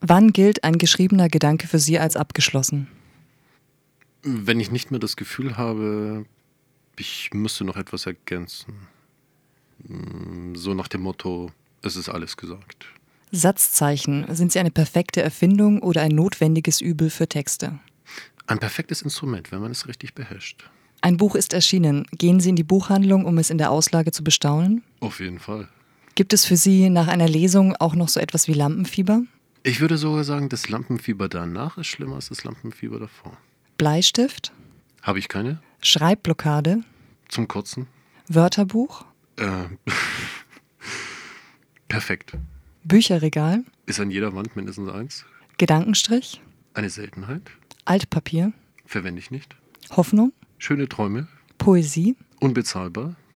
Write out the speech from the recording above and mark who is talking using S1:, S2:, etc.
S1: Wann gilt ein geschriebener Gedanke für Sie als abgeschlossen?
S2: Wenn ich nicht mehr das Gefühl habe, ich müsste noch etwas ergänzen. Mm, So nach dem Motto, es ist alles gesagt.
S1: Satzzeichen, sind sie eine perfekte Erfindung oder ein notwendiges Übel für Texte?
S2: Ein perfektes Instrument, wenn man es richtig beherrscht.
S1: Ein Buch ist erschienen. Gehen Sie in die Buchhandlung, um es in der Auslage zu bestaunen?
S2: Auf jeden Fall.
S1: Gibt es für Sie nach einer Lesung auch noch so etwas wie Lampenfieber?
S2: Ich würde sogar sagen, das Lampenfieber danach ist schlimmer als das Lampenfieber davor.
S1: Bleistift?
S2: Habe ich keine?
S1: Schreibblockade?
S2: Zum Kotzen?
S1: Wörterbuch?
S2: Äh, perfekt.
S1: Bücherregal?
S2: Ist an jeder Wand mindestens eins.
S1: Gedankenstrich?
S2: Eine Seltenheit.
S1: Altpapier?
S2: Verwende ich nicht.
S1: Hoffnung?
S2: Schöne Träume.
S1: Poesie?
S2: Unbezahlbar.